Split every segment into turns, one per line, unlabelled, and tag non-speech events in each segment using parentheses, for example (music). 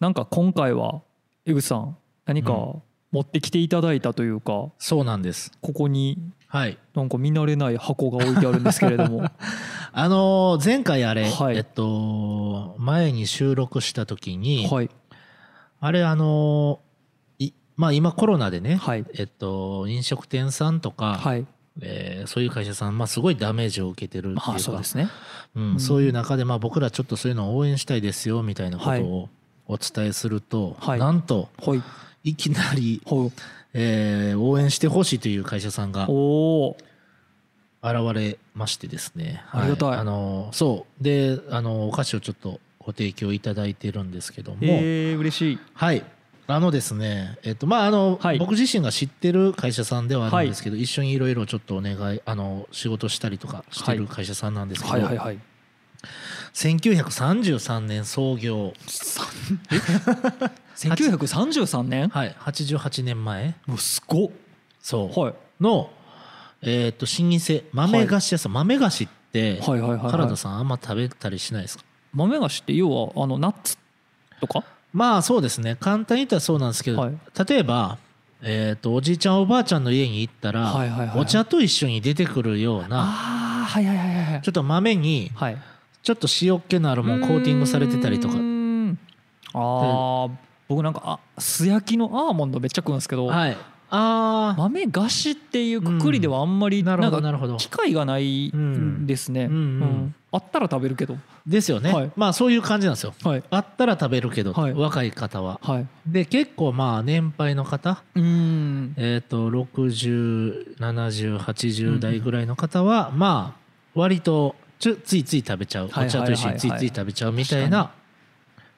なんか今回は江口さん何か
う
持ってきていただいたというか、
そうなんです。
ここに
はい。
なんか見慣れない箱が置いてあるんですけれども
あのー前回あれ、
はい
えっと前に収録した時に、
(laughs) はい
あれあのーいまあ今コロナでね、
はい
えっと飲食店さんとか、
はい
えーそういう会社さんまあすごいダメージを受けてるっていうか、
まあそうですね
うんそういう中でまあ僕らちょっとそういうのを応援したいですよみたいなことをお伝えすると、
はい
なんと
はい
いきなり、
はい
えー応援してほしいという会社さんが
おお
現れましてですね、
ありがたい
あのそうであのお菓子をちょっとご提供いただいてるんですけども、
えー、嬉しい
はいあのですねえっとまああの、
はい
僕自身が知ってる会社さんではあるんですけど、一緒にいろいろちょっとお願いあの仕事したりとかしてる会社さんなんですけど、
はいはいはい
1933年創業
1933年
はい88年前
うわすごっ
そう、
はい
のえっと老舗豆菓子屋さん、豆菓子って、
はいはいはいはい
原田さんあんま食べたりしないですか
豆菓子って要はあのナッツとか
まあそうですね簡単に言ったらそうなんですけど、
はい
例えば、えー、とおじいちゃんおばあちゃんの家に行ったら、
はいはいはいはい
お茶と一緒に出てくるような
ああはいはいはいはい
ちょっと豆に
はい
ちょっと塩っ気のあるものコーティングされてたりとか
うーんあー僕なんかあ素焼きのアーモンドめっちゃ食うんですけど、
はいあ
豆菓子っていうくくりではあんまり
あ
な
なるほ
ん
どな
か
るほど
機会がないんですね、
うんうんうん
あったら食べるけど
ですよね、
はい
まあそういう感じなんですよ
はい
あったら食べるけど、
はい
若い方は
はい
で結構まあ年配の方
うーん
えっ、と607080代ぐらいの方は、まあ割とちょついつい食べちゃう、
はいはいはいはい
お茶と一緒についつい食べちゃうみたいな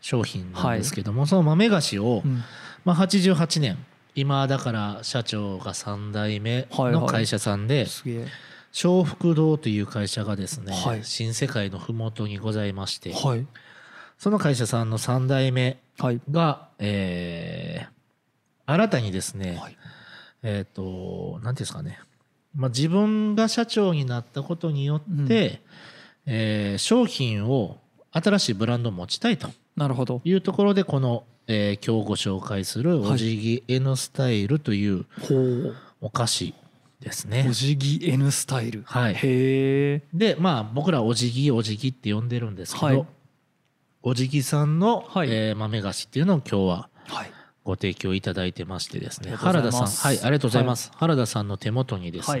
商品なんですけども、その豆菓子を、
うん
まあ、88年今だから社長が3代目の会社さんで、
すげえ
小福堂という会社がですね、
はい
新世界の麓にございまして
はい
その会社さんの3代目
はい
が、えー新たにですね、
はい
えっ、と、なんていうんですかね、まあ、自分が社長になったことによって、えー商品を新しいブランドを持ちたいと
なるほど
いうところで、この、えー今日ご紹介する
はい
おじぎ N スタイルという
ほう
お菓子ですね。
おじぎ N スタイル
はい
へえ
で、まあ僕らおじぎおじぎって呼んでるんですけど、
はい
おじぎさんの、
はい
えー豆菓子っていうのを今日は
はい
ご提供いただいてましてですね
ありがと
原
うご
田
ざい
さ
ま
ん
す
はいありがとうございます、原田さんの手元にですね、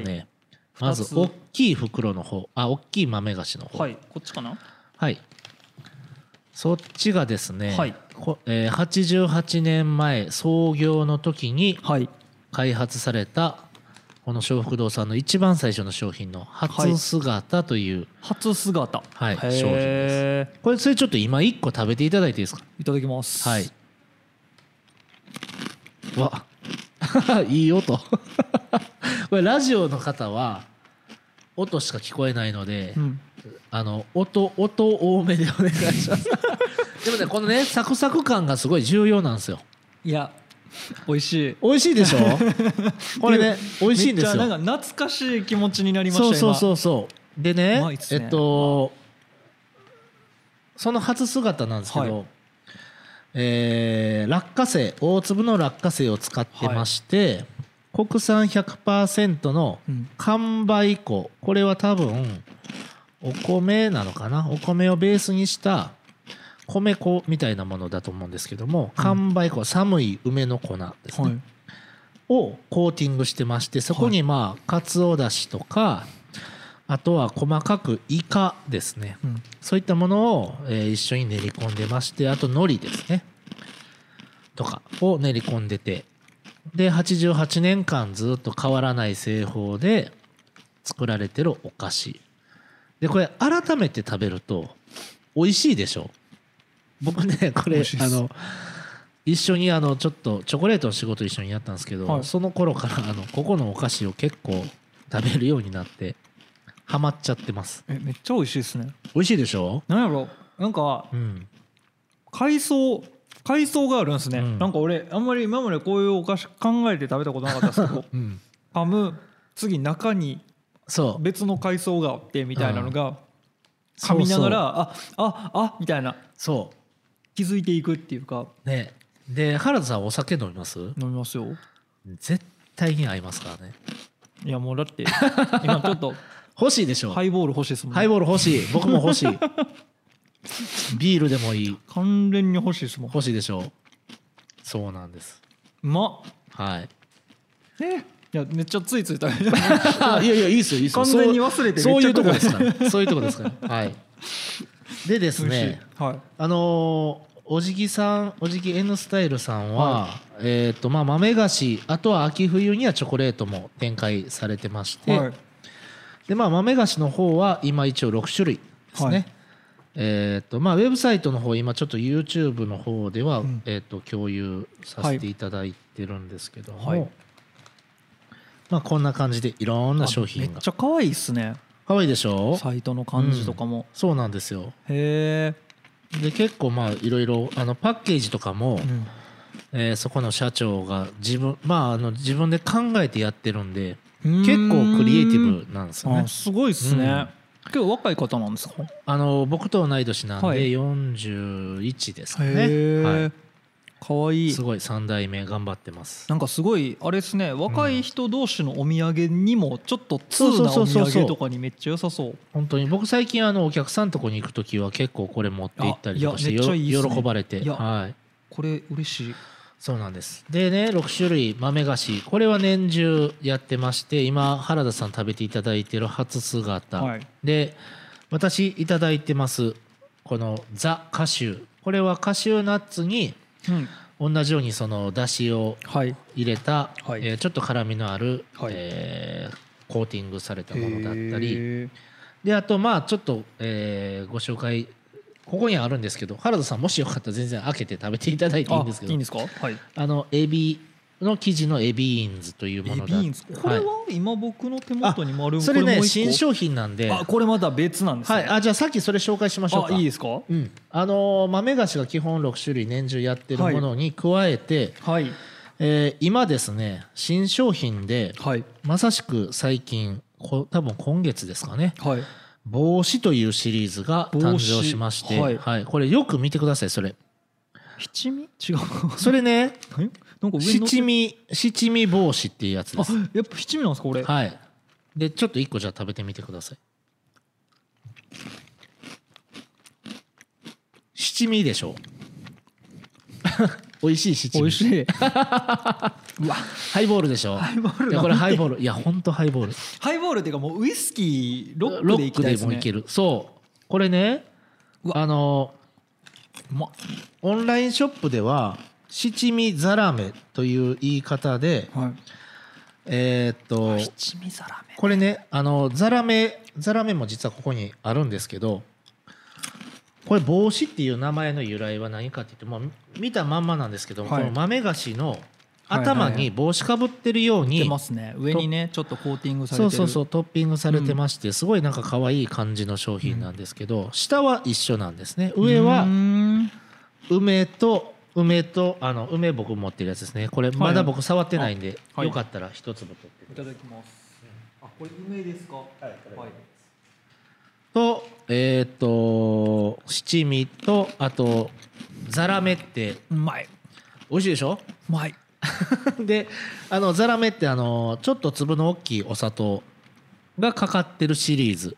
はい二
まず
つ
大きい袋の方あ大きい豆菓子の方
は
はい、
いこっちかな
そっちがですね、
はい
こえー88年前創業の時に
はい
開発されたこの小福堂さんの一番最初の商品の初姿という、
初姿
はい
へー
商品これそれちょっと今1個食べていただいていいですか
いただきます
はい。わ、 (laughs) いい音。 (laughs) これラジオの方は音しか聞こえないので、
うん
あの音音多めでお願いし (laughs) ます。でもねこのねサクサク感がすごい重要なんですよ。
いや美味しい
美味しいでしょ。 (laughs) これね美味しいんです
めっちゃな
よ。
んか懐かしい気持ちになりました
そうそう
う
そうそう。でね
うまいっすね
えっとその初姿なんですけど。
は
えー落花生大粒の落花生を使ってまして、国産100%の
うん
完売粉これは多分お米なのかなお米をベースにした米粉みたいなものだと思うんですけども
うん
完売粉、寒い梅の粉ですね、
はい
をコーティングしてましてそこにまあかつおだしとかあとは細かくイカですね
うん
そういったものを、えー一緒に練り込んでまして、あと海苔ですね。とかを練り込んでて。で、88年間ずっと変わらない製法で作られてるお菓子。で、これ改めて食べると美味しいでしょ僕ね、こ
美
れ
味しい、で
あ
す
の、一緒にあの、ちょっとチョコレートの仕事一緒にやったんですけど、
はい
その頃からあの、ここのお菓子を結構食べるようになって、ハマっちゃってます。
えめっちゃ美味しいですね
美味しいでしょ
なんやろなんか
うん。
海藻海藻があるんですね、
うん
なんか俺あんまり今までこういうお菓子考えて食べたことなかった
(laughs)
ですけど
うん。
噛む次中に
そう
別の海藻があってみたいなのが
そ
噛
う
みながらあああみたいな
そう
気づいていくっていうか
ねで原田さんお酒飲みます
飲みますよ
絶対に合いますからね
いやもうだって
(laughs)
今ちょっと
欲しいでしょ
ハイボール欲しいですもん、
ハイボール欲しい僕も欲しいビールでもいい
完全に欲しいですもん
欲しいでしょそうなんです
うまっ (laughs)
はい
えいやめっちゃついつい食べちゃう
いやいやいいですよいいですよ
完全に忘れて
そうそういうとこ
め
で
っちゃ
す (laughs) からそういうとこですからはいでです
美味しい
ね
はい
あのーおじぎさんおじぎ N スタイルさんは、えっ、とまあ豆菓子あとは秋冬にはチョコレートも展開されてまして、
はい
でまあ豆菓子の方は今一応6種類ですね、
はい
えっ、とまあウェブサイトの方今ちょっと YouTube の方では、
うん
えっ、と共有させていただいてるんですけども、
はい
まあこんな感じでいろんな商
めっ
品が
ちゃ可愛いっすね
可愛いでしょ
サイトの感じとかも、
そうなんですよ
へ
で結構まあいろいろあのパッケージとかも、
え、うん
えーそこの社長が自分まああの自分で考えてやってるんで
結
結構クリエイティブなんですよね
あすごいっすね、今日若い方なんですか
あの僕と同い年なんで
はい
41ですかね、
へえかわい
い、
い
すごい3代目頑張ってます
なんかすごいあれですね若い人同士のお土産にもちょっと通
そう
な
そ
お
うそうそう
土産とかにめっちゃ良さそう
本当に僕最近あのお客さんとこに行く時は結構これ持って行ったりとかして
あいやめっちゃいいっすね
よ喜ばれて
いや
はい
これ嬉しい
そうなんですでね6種類豆菓子これは年中やってまして今原田さん食べていただいてる初姿、
はい
で私いただいてますこのザ・カシューこれはカシューナッツに
うん
同じようにその出汁を
はい
入れた、
はい
えーちょっと辛みのある、
はい
えーコーティングされたものだったり
へえ
であとまあちょっと、えーご紹介ここにはあるんですけど原田さんもしよかったら全然開けて食べていただいていいんですけ
あいいん
ど
ですかはい
あのエビの生地のエビーンズという
エビ
ものだ
ーンズこれは今僕の手元に丸
い、それ
こ
ね
もう一個
新商品なんで、
あこれまだ別なんです
はい、
ね
あじゃあさっきそれ紹介しましょうか
あいいですか
うん、あのー豆菓子が基本6種類年中やってるものに加えて、
はい
えー今ですね新商品で
はい
まさしく最近こ多分今月ですかね
はい
「帽子」というシリーズが誕生しまして、
帽
は
子
い
は
これよく見てくださいそれ
七味違う (laughs)
それね
えなんか上の
七味七味帽子っていうやつで
あ
す
やっぱ七味なんですかこれ
はいでちょっと1個じゃあ食べてみてください七味でしょ (laughs) 美味しい七
美
味
味しい (laughs)
ハイボールでしょ
ハイボール
いやこれハイボールいやほんとハイボール
ハイボールっていうかもうウイスキーロッ
ロ
クでい
ッ
き
ク
たい
で
です
も
ね
いけるそうこれね
うわ
あの
うま
オンラインショップでは七味ざらめという言い方で
は
えーっと
い七味ざらめ
これねあのざらめざらめも実はここにあるんですけどこれ帽子っていう名前の由来は何かって言ってもう見たまんまなんですけど、
はい
この豆菓子の
はいはいはい
頭に帽子かぶってるように、
出ますね上にねちょっとコーティングされて
そう
る
そうそううトッピングされてまして、すごいなんか可愛い感じの商品なんですけど、下は一緒なんですね上は
ーん
梅と梅とあの梅僕持ってるやつですねこれ
い
まだ僕触ってないんで、
はい
よかったら一粒取って
いただきますあこれ梅ですかはいはい
とえっ、と七味とあとザラメって
うまいう
美味しいでしょ (laughs)
まい
であのザラメってあのちょっと粒の大きいお砂糖がかかってるシリーズ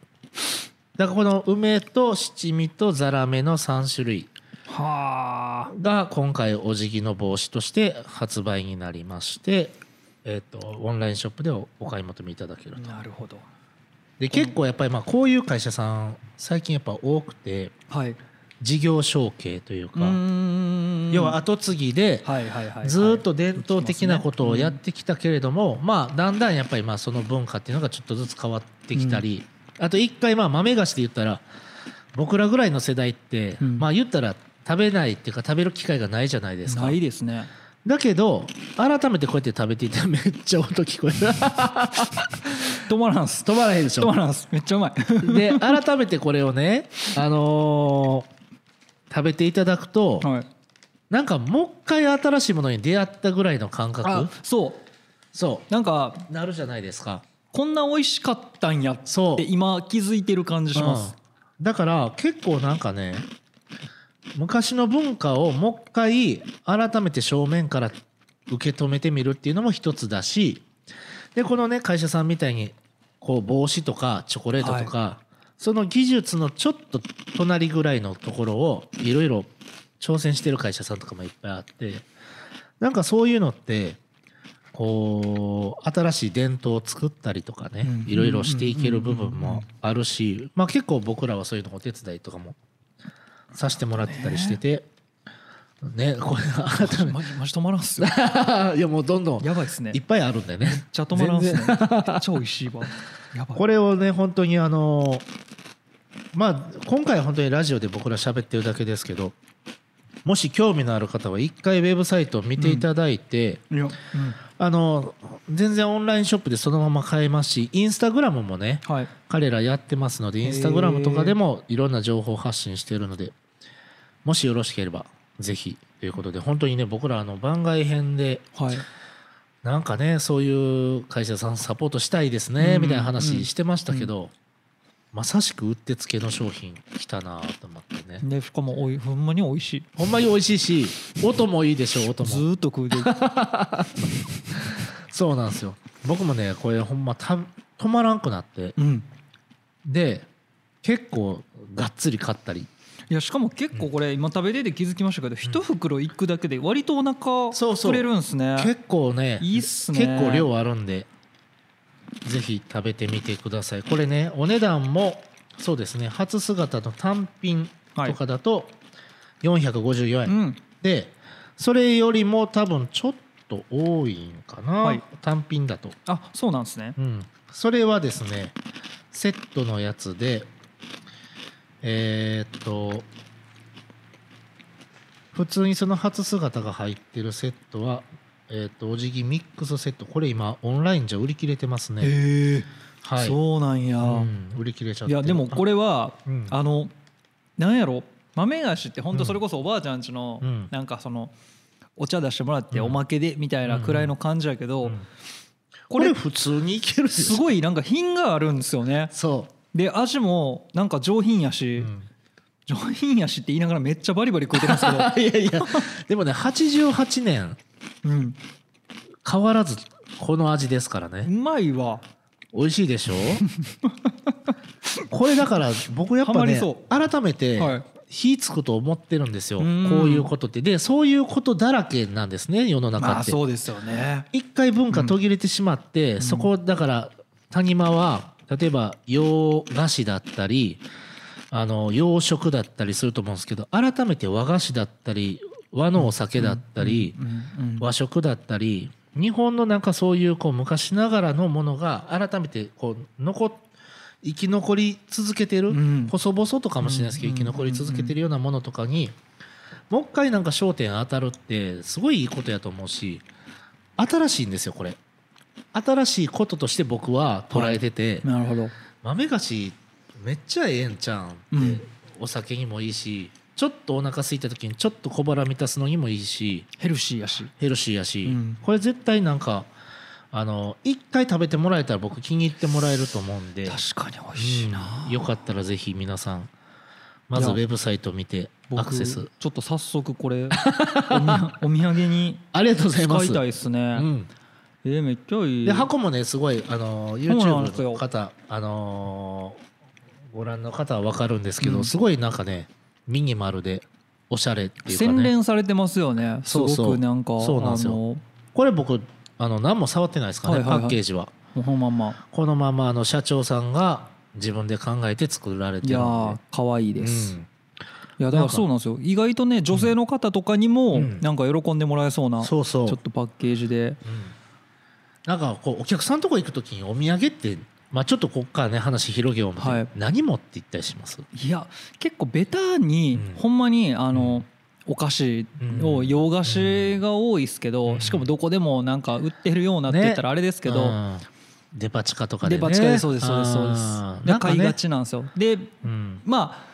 だからこの梅と七味とザラメの3種類
はあ
が今回お辞儀の帽子として発売になりまして、えっとオンラインショップでおお買い求めいただけると
なるほど
で結構やっぱりまあこういう会社さん最近やっぱ多くて
はいう
事業承継というか、
ーん
要は後継ぎで
はいはいはいはい
ずーっと伝統的なことをやってきたけれども、まあだんだんやっぱりまあその文化っていうのがちょっとずつ変わってきたり、あと一回まあ豆菓子で言ったら僕らぐらいの世代って、
うん
まあ言ったら食べないっていうか食べる機会がないじゃないですか。
ないですね
だけど改めてこうやって食べていたら (laughs) めっちゃ音聞こえた
止まらんす
止まらへんでし
止ま
ょ
らんすめっちゃう (laughs) まい
で改めてこれをねあのー食べていただくと、
はい
なんかもう一回新しいものに出会ったぐらいの感覚
あそう
そ
なんか
うなるじゃないですか
こんな美味しかったんやっ
そう
て今気づいてる感じします、
うんだから結構なんかね昔の文化をもう一回改めて正面から受け止めてみるっていうのも一つだしでこのね会社さんみたいにこう帽子とかチョコレートとか、その技術のちょっと隣ぐらいのところをいろいろ挑戦してる会社さんとかもいっぱいあってなんかそういうのってこう新しい伝統を作ったりとかね
うん
いろいろしていける部分
うんうんうん
もあるし、まあ、結構僕らはそういうのお手伝いとかもさせてもらってたりしてて。ね、これ改め
マジマジ止まらんっ (laughs) すよ
ていやもうどんどん
やばいっすね
いっぱいあるんでね
めっちゃ止まらんっすねめっちゃ美味しいわやばい
これをね本当にあのまあ今回は本当にラジオで僕ら喋ってるだけですけどもし興味のある方は一回ウェブサイトを見ていただいて、
いや、うん
あの全然オンラインショップでそのまま買えますしインスタグラムもね
はい
彼らやってますのでインスタグラムとかでもいろんな情報発信してるのでもしよろしければぜひということで本当にね僕らあの番外編で
はい
なんかねそういう会社さんサポートしたいですね
うん
みたいな話してましたけど、まさしくうってつけの商品来たなと思ってね
でしかもおいほんまに美味しい
ほんまに美味しいし音もいいでしょ音
ず
も
ーっと食うてる
そうなんですよ僕もねこれほんまた止まらんくなって
(laughs) うん
で結構がっつり買ったり
いやしかも結構これ今食べてて気づきましたけど一袋いくだけで割とお腹
そうそ
膨
う
れるんすね
結構ね
いいっすね
結構量あるんでぜひ食べてみてくださいこれねお値段もそうですね初姿の単品
はい
とかだと454円、
うん
でそれよりも多分ちょっと多いんかな、
はい
単品だと、
あそうなんですね
うん、それはですねセットのやつでえーっと普通にその初姿が入ってるセットはえーっとお辞儀ミックスセットこれ今オンラインじゃ売り切れてますね、
へえ
はい
そうなんや
うん売り切れちゃっ
い
てる
やでもこれは
うん
あのなんやろ豆菓子って本当それこそおばあちゃんちの
うん
なんかそのお茶出してもらって
うん
おまけでみたいなくらいの感じやけ
う
ど
ん
こ
これ
れ
普通にいける
す
い
ごいなんか品があるんですよね
そ
で味もなんか上品や
う、
し、
うん
上品やしって言いながらめっちゃバリバリ食うて
(laughs)
ますけど、
いやいやでもね88年
うん、
変わらずこの味ですから
う
ね
まいわ
美味しいでしょ (laughs) これだから僕やっ
ハ
ぱ
マり
ね
そ
改めて
はい
火つくと思ってるんですよ、
うん
こういうことってでそういうことだらけなんですね世の中
まあ
って、
そうですよね
一回文化途切れてしまって、そこだから谷間は例えば洋菓子だったりあの洋食だったりすると思うんですけど改めて和菓子だったり和のお酒だったり、
うん
和食だったり日本のなんかそういうこう昔ながらのものが改めてこう残っ生き残り続けてる、
うん
細々とかもしれないですけど、
うん
生き残り続けてるようなものとかにもう一回なんか焦点当たるってすごいいいことやと思うし新しいんですよこれ新しいこととして僕は捉えてて、
なるほど、
豆菓子めっちゃええんちゃうん
うん、
お酒にもいいしちょっとお腹空いた時にちょっと小腹満たすのにもいいし
ヘルシーやし
ヘルシーやし、
うん
これ絶対なんかあの一回食べてもらえたら僕気に入ってもらえると思うんで
確かに美味しいな、
うんよかったらぜひ皆さんまず
い
ウ
や
ェブサイト見て
僕
アクセス
ちょっと早速これおみ (laughs) お土産に
ありがとうござ
使
います
いたいです
う
ね、
ん、
えーめっちゃいい
で箱もねすごいあの
そうなんです
YouTube
よ
の方あのーご覧の方は分かるんですけど、
うん
すごいなんかねミニマルでおしゃれっていうか
洗
ね
練されてますよねす
そう
ご
そう
くなんか
そうなんですよ
あのも
これ僕あの何も触ってないですからね、
はいはいはい
パッケージは
うほんまんま
このままあの社長さんが自分で考えて作られて
い
る
や
ん
ー可愛い
で
です、
うん
いやだからそうなんですよ意外とね女性の方とかにも
うん
なんか喜んでもらえそうな、ちょっ
そうそう
とパッケージで
なんかこうお客さんとこ行く時にお土産って、まあ、ちょっとこっからね話広げようみたいな、
はい
何持って行ったりします
いや結構ベタに、
うん
ほんまにあ
う
の
ん、
お菓子
う
を
ん
洋菓子が多いですけど、
うん
しかもどこでもなんか売ってるようなって言ったらあれですけど、
うんデパ地下とかで、
デ
ね、
パ地下でそうですそうですそうです
あー
で
なんか
買い
ね
がちなんですよで
うん
ま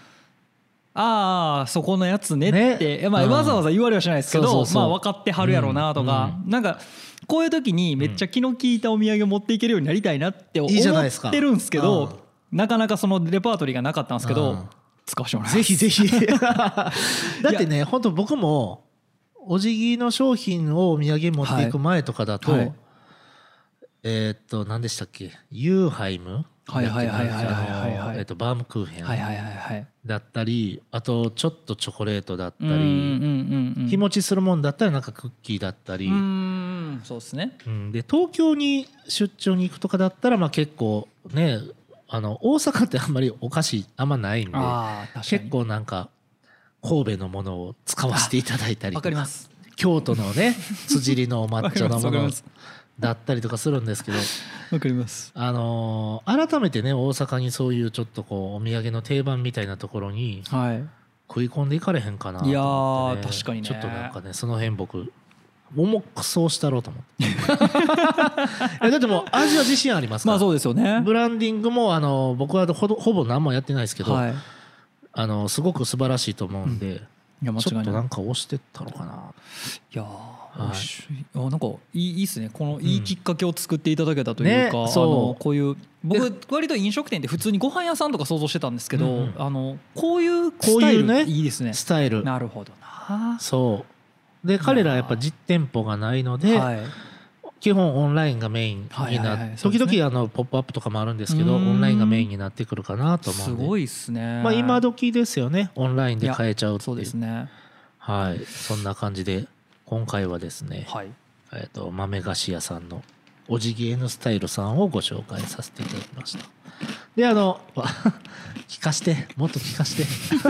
ああーそこのやつねって、
ね
まあ、
うん
わざわざ言われはしないですけど、
そうそうそう
まあ、分かってはるやろうなとか、なんかこういう時にめっちゃ気の利いたお土産持っていけるようになりたいなって思
いいじゃないですか
ってるんですけどなかなかそのレパートリーがなかったんですけど、使わせても (laughs) らい
ぜ
ます
ひぜひだってね本当僕もお辞儀の商品をお土産持っていく前とかだと、
はい
えーっと何でしたっけユーハイム
はいはいはいはいはいはいはい
あのえーっとバームクーヘ
はい
ン
はいはいはい
だったりあとちょっとチョコレートだった
うんうん
り
うんうん
日持ちするもんだったらなんかクッキーだったり、
うんそうですね
うんで東京に出張に行くとかだったらまあ結構ねあの大阪ってあんまりお菓子あんまないんで
ああ確かに
結構なんか神戸のものを使わせていただいたり
わ
と
かります
京都
(laughs)
のね辻りのお抹茶の
わ
も
かり
の
ます
だったりとかするんですけど、
わかります
あのー改めてね大阪にそういうちょっとこうお土産の定番みたいなところに
はい
食い込んでいかれへんかなと
いやー
思ってね
確かにね
ちょっとなんかねその辺僕重くそうしたろうと思って
(laughs)
いやだってもう味は自信ありますか
ま
ら、
あそうですよね
ブランディングもあの僕はほどほぼ何もやってないですけど、
はい
あのすごく素晴らしいと思うんで、
いや間違
ち
い
ょっと
な
ないんか押してったのかない
やー
い
美味しいあなんかいいいいっすねこのいいきっかけを作っていただけたと
ね
いうか、あ
そ
の
う
こういう僕割と飲食店って普通にご飯屋さんとか想像してたんですけど、
うんうん
あのこういうスタイ
こういう
ル
ね
いいですね
スタイル
なるほどな
そうで彼らはやっぱ実店舗がないので、
はい、
基本オンラインがメインにな
はいはいはいそうで
時
すね
々あのポップアップとかもあるんですけど
う
オ
ーん
ンラインがメインになってくるかなと思う
す
んで。
ごいっすね
まあ今時ですよねオンラインで買えちゃうってい
そううですね
はいそんな感じで今回はですね、
はい
えっと豆菓子屋さんのおじぎ N スタイルさんをご紹介させていただきましたであの (laughs) わ聞かしてもっと聞かし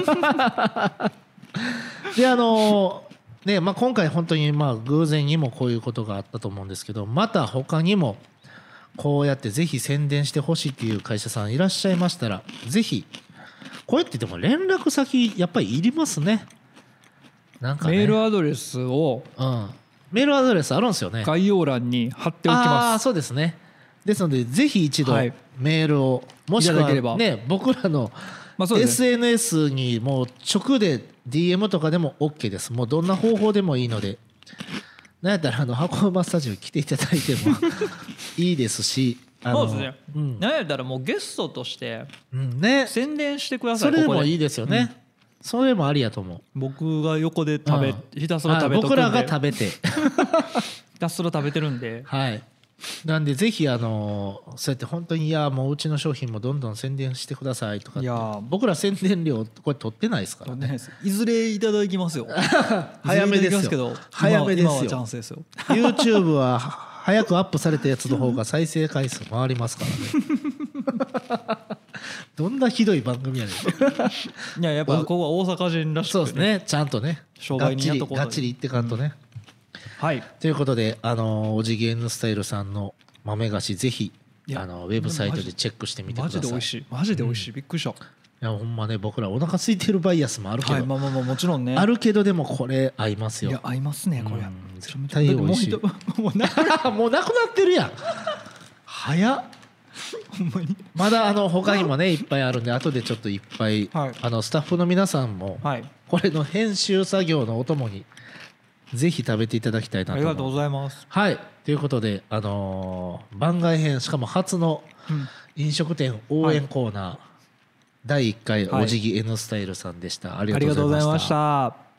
て (laughs) であのねまあ、今回本当にまあ偶然にもこういうことがあったと思うんですけどまた他にもこうやってぜひ宣伝してほしいっていう会社さんいらっしゃいましたらぜひこうやってでも連絡先やっぱりいりますねなんかね
メールアドレスを
うん、メールアドレスあるんですよね
概要欄に貼っておき
あ
ま
ー
す
そうですねですのでぜひ一度
はい
メールを、もしく
いただければ
はね僕らの
まあそうですね
SNS にもう直で DM とかでも OK ですもうどんな方法でもいいのでなんやったらあの箱馬スタジオ来ていただいても (laughs) いいですしあの
そうですね
うん
なんやったらもうゲストとして
うんね
宣伝してください
それでもい
い
いですよねそれもありやと思う
僕が横で食べ、
うん
ひたすら食べとくんで
はい僕らが食べて
ひたすら食べてるんで
はい。なんでぜひあのそうやって本当にいやもううちの商品もどんどん宣伝してくださいとかっ
い
て
や (laughs) ー
僕ら宣伝料これ取ってないですからね
いずれいただきます (laughs) よ
早めですよ
いずれいただきまけど
早めですよ
今は今はチャンスですよ
YouTube は早くアップされたやつの方が再生回数回りますからね
(laughs)
どんなひどい番組やねん
いややっぱここは大阪人らしく
そうですねちゃんとね
商売人やっとこうと
がっちりがっちりいってかんとね、
はい
ということであのおじぎ N スタイルさんの豆菓子ぜひ
いや
あのウェブサイトでチェックしてみてく
マ
ださ
ジ
い
で美味しいマジで美味しい、びっくりした
いやほんまね僕らお腹空いてるバイアスもあるけど、
はいまあまあまあもちろんね
あるけどでもこれ合います
い
よ
や合いますねこれ
うん絶対美味しい
もう一 (laughs) もうな
(laughs) もうなくなってるやん早っ
ほんまに
まだあの他にもねいっぱいあるんで後でちょっといっぱい、
はい
あのスタッフの皆さんも
はい
これの編集作業のお供にぜひ食べていただきたいな
あ
と
り
思
がとうございます、
はいということで、あのー番外編しかも初の
うん
飲食店応援コーナー、第1回おじぎ N スタイルさんでした、あり
あ
が
りが
と
と
う
う
ご
ご
ざ
ざ
い
い
ま
ま
し。
したた